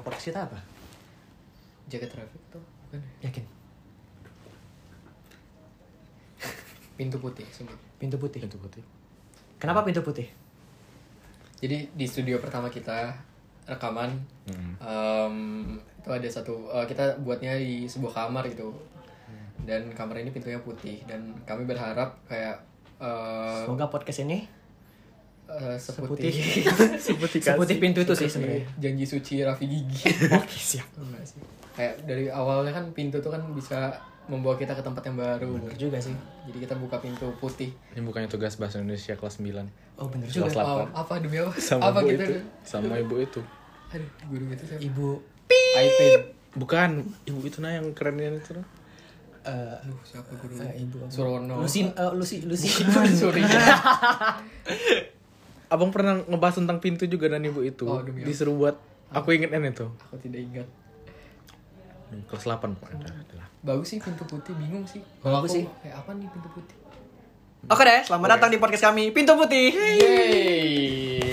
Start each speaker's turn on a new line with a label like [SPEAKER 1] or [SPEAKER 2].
[SPEAKER 1] Maksudnya apa?
[SPEAKER 2] jaga traffic tuh bukan ya?
[SPEAKER 1] Yakin?
[SPEAKER 2] pintu putih sebut
[SPEAKER 1] Pintu putih.
[SPEAKER 3] Pintu putih.
[SPEAKER 1] Kenapa pintu putih?
[SPEAKER 2] jadi di studio pertama kita rekaman
[SPEAKER 3] Hmm.
[SPEAKER 2] em, itu ada satu eh, kita buatnya di sebuah kamar gitu dan kamar ini pintunya putih dan kami berharap kayak eh,
[SPEAKER 1] Semoga podcast ini
[SPEAKER 2] eh, seputih,
[SPEAKER 1] seputih Iya. seputih pintu itu sih sebenarnya.
[SPEAKER 2] janji suci Raffi Gigi
[SPEAKER 1] Oke siap.
[SPEAKER 2] Enggak sih. kayak dari awalnya kan pintu tuh kan bisa membawa kita ke tempat yang baru
[SPEAKER 1] Bener juga sih.
[SPEAKER 2] jadi kita buka pintu putih
[SPEAKER 3] Ini bukannya tugas bahasa Indonesia kelas 9
[SPEAKER 1] Oh bener
[SPEAKER 3] Juga.
[SPEAKER 1] juga.
[SPEAKER 3] Kelas
[SPEAKER 2] Oh,
[SPEAKER 3] 8
[SPEAKER 2] apa demi apa
[SPEAKER 3] sama
[SPEAKER 2] apa
[SPEAKER 3] ibu
[SPEAKER 2] kita
[SPEAKER 3] itu. Sama ibu itu.
[SPEAKER 2] aduh guru itu siapa
[SPEAKER 1] Ibu
[SPEAKER 2] Aipin
[SPEAKER 3] Bukan ibu itu nah yang kerennya itu. nah.
[SPEAKER 1] eh
[SPEAKER 2] aduh siapa guru
[SPEAKER 1] eh, ibu apa?
[SPEAKER 2] Surono
[SPEAKER 1] Lusin eh, Lusi Lusi.
[SPEAKER 2] Surya
[SPEAKER 3] Abang pernah ngebahas tentang pintu juga dan ibu itu.
[SPEAKER 2] Oh, demi Allah.
[SPEAKER 3] Disuruh buat aku inget N itu.
[SPEAKER 2] aku tidak ingat
[SPEAKER 3] Hmm, Kelas 8 pokoknya. Adalah.
[SPEAKER 2] bagus sih pintu putih bingung sih
[SPEAKER 1] Bagus
[SPEAKER 2] aku
[SPEAKER 1] sih.
[SPEAKER 2] kayak apa nih pintu putih
[SPEAKER 1] Oke deh, selamat datang di podcast kami Pintu Putih.
[SPEAKER 2] yeay